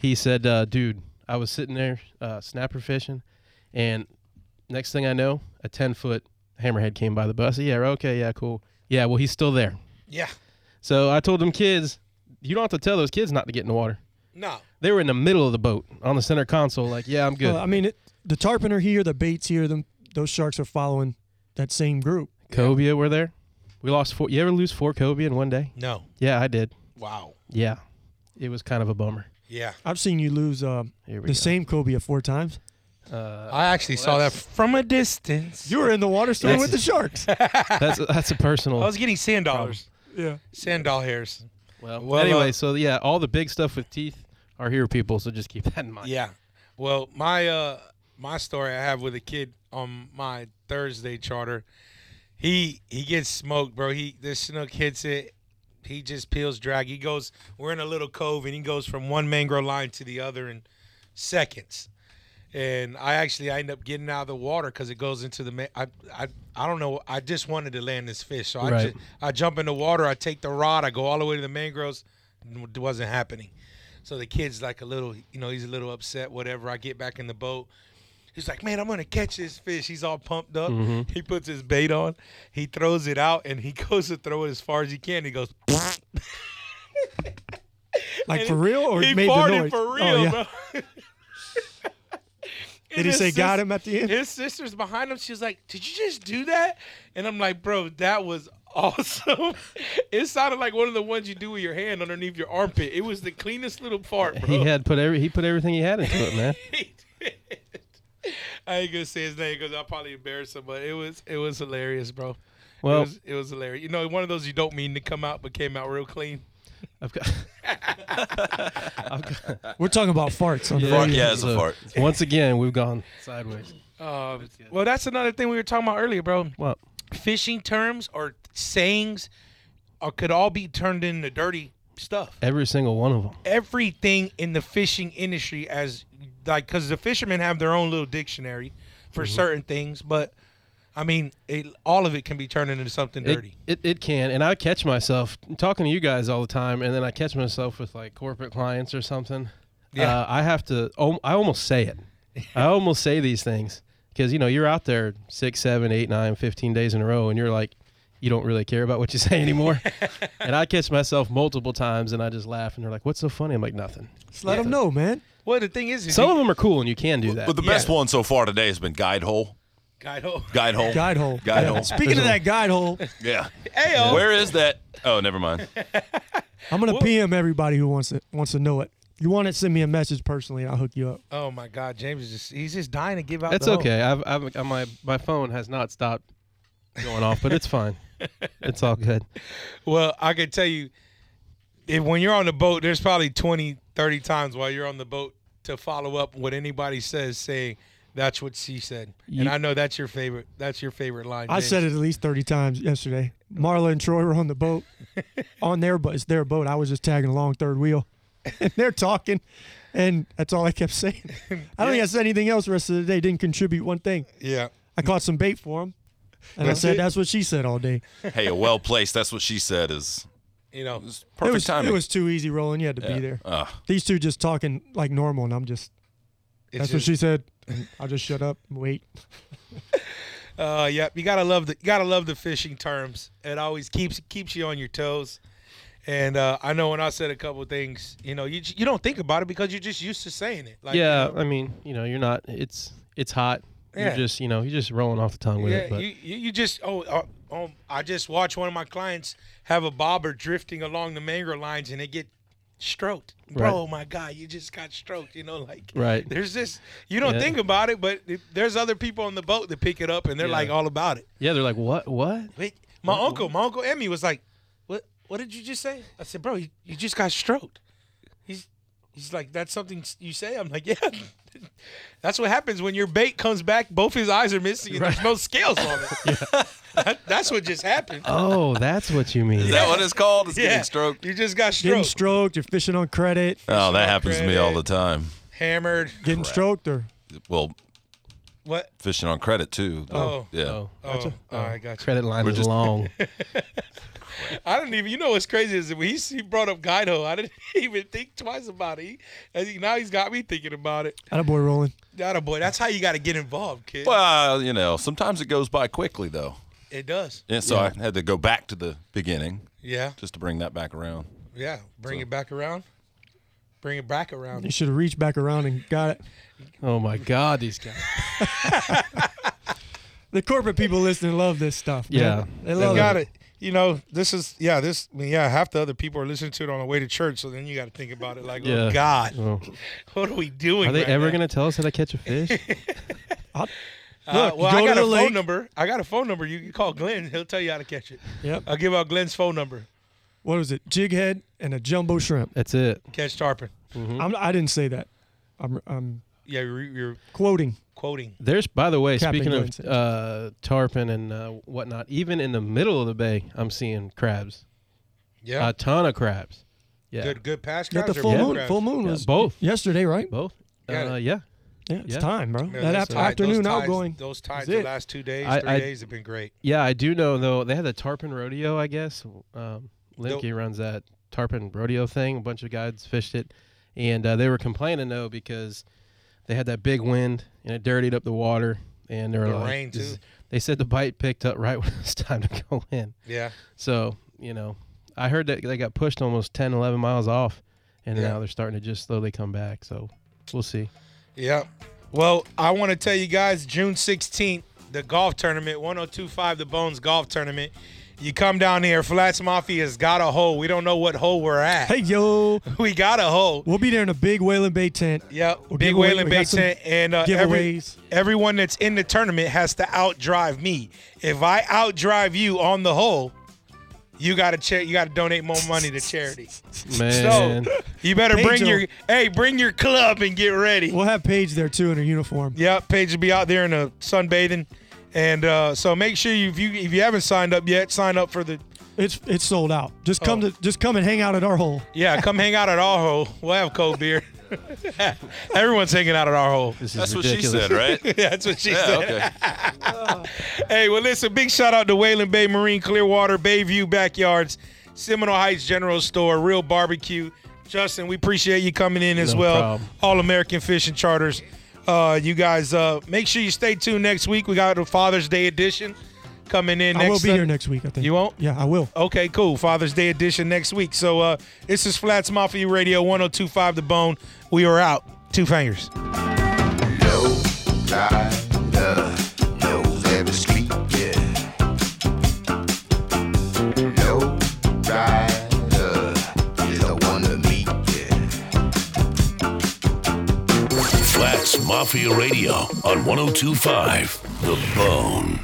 H: He said, uh, "Dude, I was sitting there uh, snapper fishing, and next thing I know, a ten foot hammerhead came by the boat." I said, "Yeah, okay, yeah, cool. Yeah, well, he's still there."
F: Yeah.
H: So I told them kids, "You don't have to tell those kids not to get in the water."
F: No.
H: They were in the middle of the boat on the center console, like, "Yeah, I'm good."
I: Well, I mean, it, the tarpon are here, the bait's here. Them, those sharks are following that same group.
H: cobia were there. We lost four. You ever lose four cobia in one day?
F: No.
H: Yeah, I did.
F: Wow.
H: Yeah, it was kind of a bummer.
F: Yeah.
I: I've seen you lose um,
H: Here
I: the
H: we go.
I: same cobia four times.
H: Uh,
F: I actually saw that from a distance.
I: You were in the water swimming with the sharks.
H: That's that's a personal.
F: I was getting sand dollars.
I: yeah.
F: Sand doll hairs.
H: well,
F: well,
H: anyway,
F: uh,
H: so yeah, all the big stuff with teeth are here, people. So just keep that in mind.
F: Yeah. Well, my uh my story I have with a kid on my Thursday charter. He he gets smoked, bro. He this snook hits it. He just peels drag. He goes we're in a little cove and he goes from one mangrove line to the other in seconds. And I actually I end up getting out of the water because it goes into the ma- I, I I don't know I just wanted to land this fish so I
H: Right.
F: just, I jump in the water I take the rod I go all the way to the mangroves it wasn't happening so the kid's like a little, you know, he's a little upset, whatever. I get back in the boat. He's like, man, I'm gonna catch this fish. He's all pumped up. He puts his bait on, he throws it out, and he goes to throw it as far as he can. He goes,
I: Like for real, or
F: he
I: made the
F: farted
I: noise?
F: for real,
I: oh, yeah.
F: bro.
I: Did he say got him at the end?
F: His sister's behind him. She's like, "Did you just do that?" And I'm like, "Bro, that was awesome. it sounded like one of the ones you do with your hand underneath your armpit. It was the cleanest little fart, bro."
H: He had put every he put everything he had into it, man.
F: He did. I ain't gonna say his name because I'll probably embarrass him, but it was it was hilarious, bro. it
H: Well-
F: was, it was hilarious. You know, one of those you don't mean to come out, but came out real clean.
H: I've got
I: We're talking about farts. On the
G: Fart,
I: radio.
G: yeah, it's a fart.
H: Once again, we've gone sideways.
F: Uh, well, that's another thing we were talking about earlier, bro.
H: Well,
F: Fishing terms or sayings, or could all be turned into dirty stuff.
H: every single one of them.
F: everything in the fishing industry as like because the fishermen have their own little dictionary for
H: Mm-hmm.
F: certain things but i mean it, all of it can be turned into something
H: It-
F: dirty
H: It, it can, and I catch myself talking to you guys all the time, and then I catch myself with like corporate clients or something.
F: Yeah.
H: uh, I have to. al- I almost say it. I almost say these things because you know you're out there six, seven, eight, nine, fifteen days in a row, and you're like, you don't really care about what you say anymore. and I catch myself multiple times, and I just laugh, and they're like, "What's so funny?" I'm like, "Nothing."
I: Just let him know, man.
F: well the thing is is
H: Some
F: you-
H: of them are cool, and you can do that.
G: But the best one so far today has been guide hole.
F: God, oh.
G: Guide hole.
I: Guide hole.
G: Guide
I: Yeah.
G: hole.
I: Speaking of that guide hole,
G: Yeah.
F: Ayo.
G: Where is that? Oh, never mind.
I: I'm gonna PM everybody who wants it wants to know it. You want it? Send me a message personally, and I'll hook you up.
F: oh my god james is just he's just dying to give out
H: That's
F: the hope.
H: okay. I've, I've uh, my my phone has not stopped going off, but it's fine. It's all good.
F: well i can tell you if when you're on the boat there's probably 20 30 times while you're on the boat to follow up what anybody says saying that's what she said and
H: You-
F: i know that's your favorite that's your favorite line
I: I said it at least 30 times yesterday. Marla and Troy were on the boat, on their boat. It's their boat. I was just tagging along third wheel. And they're talking, and that's all I kept saying. I don't think I said anything else the rest of the day. Didn't contribute one thing.
F: yeah
I: I caught some bait for them, and I said,
F: it.
I: that's what she said all day.
G: Hey, a well placed. That's what she said. Is
F: you know
G: perfect
I: it was,
G: timing.
I: It was too easy rolling. You had to be there.
G: Ah.
I: These two just talking like normal, and I'm just, that's
F: it's
I: what
F: just-
I: she said. And I'll just shut up and wait.
F: Uh, yep. You gotta love the you gotta love the fishing terms. It always keeps keeps you on your toes. And uh, I know when I said a couple things, you know, you j- you don't think about it because you're just used to saying it. Like,
H: yeah,
F: you know,
H: I mean, you know, you're not. It's it's hot.
F: Yeah.
H: You're just, you know, you're just rolling off the tongue with
F: yeah.
H: it. But
F: you, you you just oh, uh, oh I just watched one of my clients have a bobber drifting along the mangrove lines and they get stroked. Bro,
H: Right.
F: oh my God, you just got stroked. You know, like
H: Right.
F: There's this you don't
H: Yeah.
F: think about it, but it- there's other people on the boat that pick it up and they're
H: Yeah.
F: like all about it.
H: yeah, they're like, what, what?
F: Wait, my uncle, my uncle Emmy was like, "What? What did you just say?" I said, "Bro, you, you just got stroked." He's he's like, "That's something s- you say." I'm like, "Yeah." That's what happens when your bait comes back. Both his eyes are missing, and there's no scales on it. That- that's what just happened.
H: Oh, that's what you mean.
G: Is that what it's called? It's
F: yeah,
G: getting stroked.
F: You just got
I: Getting
F: stroked,
I: stroked, you're fishing on credit,
G: Oh, that happens to me all the
F: credit.
G: time.
F: hammered.
I: getting stroked, or
G: Well,
F: What?
G: fishing on credit too.
F: Oh.
G: yeah.
H: oh,
F: Oh, all right, gotcha.
H: credit line is
G: just-
H: long.
F: I didn't even. You know what's crazy is when he, he brought up Guido, I didn't even think twice about it. He, and he- now he's got me thinking about it.
I: that boy rolling.
F: That boy. That's how you got to get involved, kid.
G: Well, you know, sometimes it goes by quickly though.
F: It does.
G: And so I had to go back to the beginning
F: Yeah,
G: just to bring that back around.
F: yeah. Bring it back around. Bring it back
I: You
F: around.
I: should have reached back around and got it.
H: Oh my God, these guys.
I: The corporate people listening love this stuff. man.
H: Yeah.
I: they
F: You
I: love
F: got
I: it.
F: it. You know, this is yeah. This I mean, yeah. Half the other people are listening to it on the way to church, so then you got to think about it. Like, oh
H: Yeah.
F: God,
H: Oh.
F: what are we doing?
H: Are they
F: right
H: ever
F: now?
H: gonna tell us how to catch a fish?
F: Uh,
I: Look, you
F: well, I
I: go to
F: got
I: the
F: a
I: lake.
F: phone number. I got a phone number. You can call Glenn. He'll tell you how to catch it.
I: Yep.
F: I'll give out Glenn's phone number.
I: What was it? Jig head and a jumbo shrimp.
H: That's it.
F: Catch tarpon.
H: Mm-hmm.
I: I'm, I didn't say that. I'm, I'm
F: Yeah, you're, you're
I: quoting.
F: quoting.
H: There's, by the way,
I: Captain
H: speaking
I: Glenn
H: of
I: said.
H: uh, tarpon and uh, whatnot, even in the middle of the bay, I'm seeing crabs.
F: Yeah.
H: A ton of crabs. Yeah.
F: good. Good pass.
I: Got the
F: crabs or
I: full
F: big
I: moon.
F: crabs?
I: Full moon
H: Yeah,
I: was
H: both.
I: yesterday, right?
H: Both.
F: Got
H: Uh,
F: it.
H: yeah.
I: Yeah, it's
H: Yeah.
I: time, bro.
F: Yeah,
I: that
F: those
I: after,
F: tides-
I: afternoon
F: those tides-
I: outgoing.
F: Those
I: That's
F: times, the
I: it.
F: last two days,
H: I-
F: three
H: I-
F: days have been great.
H: Yeah, I do know though they had the tarpon rodeo. I guess um, Linky runs that tarpon rodeo thing. A bunch of guys fished it, and uh, they were complaining though because they had that big wind and it dirtied up the water. And they were
F: The
H: like,
F: rain,
H: "This is-"
F: too.
H: They said the bite picked up right when it was time to go in.
F: Yeah.
H: So you know, I heard that they got pushed almost 10, 11 miles off, and
F: Yeah.
H: now they're starting to just slowly come back. So we'll see.
F: Yeah. Well, I want to tell you guys June 16th, the golf tournament, 1025 The Bones Golf Tournament. You come down here, Flats Mafia's got a hole. We don't know what hole we're at.
I: Hey yo,
F: We got a hole.
I: we'll be there in a big Whalen Bay tent.
F: Yep,
I: We'll
F: big
I: give away-
F: Whalen
I: we got
F: Bay
I: some
F: tent, and uh, every,
I: giveaways.
F: everyone that's in the tournament has to outdrive me. If I outdrive you on the hole, you gotta cha- you gotta donate more money to charity.
H: Man,
F: So you better
I: Paige
F: bring
I: will-
F: your hey, bring your club and get ready.
I: We'll have Paige there too in her uniform.
F: Yeah, Paige will be out there in a sunbathing, and uh, so make sure you if you if you haven't signed up yet, sign up for the
I: It's it's sold out. Just come
F: Oh.
I: to just come and hang out at our hole.
F: yeah. Come hang out at our hole. We'll have cold beer. Everyone's hanging out at our hole.
H: this is
G: That's
H: ridiculous.
G: what she said, right?
F: Yeah, that's what she
G: yeah,
F: said.
G: okay.
F: Hey, well, listen, big shout out to Whalen Bay Marine, Clearwater, Bayview Backyards, Seminole Heights General Store, Real Barbecue. Justin, we appreciate you coming in as
H: No
F: well.
H: problem.
F: All American Fishing Charters. Uh, you guys, uh, make sure you stay tuned next week. We got a Father's Day edition coming in next
I: I will be
F: Sun-
I: here next week. I think
F: You won't?
I: Yeah, I will.
F: Okay, cool. Father's Day edition next week. So uh, this is Flats Mafia Radio 1025 The Bone. We are out. Two fingers.
B: No, I love knows every street, yeah. No rider is the one to meet, yeah.
D: oh Flats Mafia Radio on 1025 The Bone.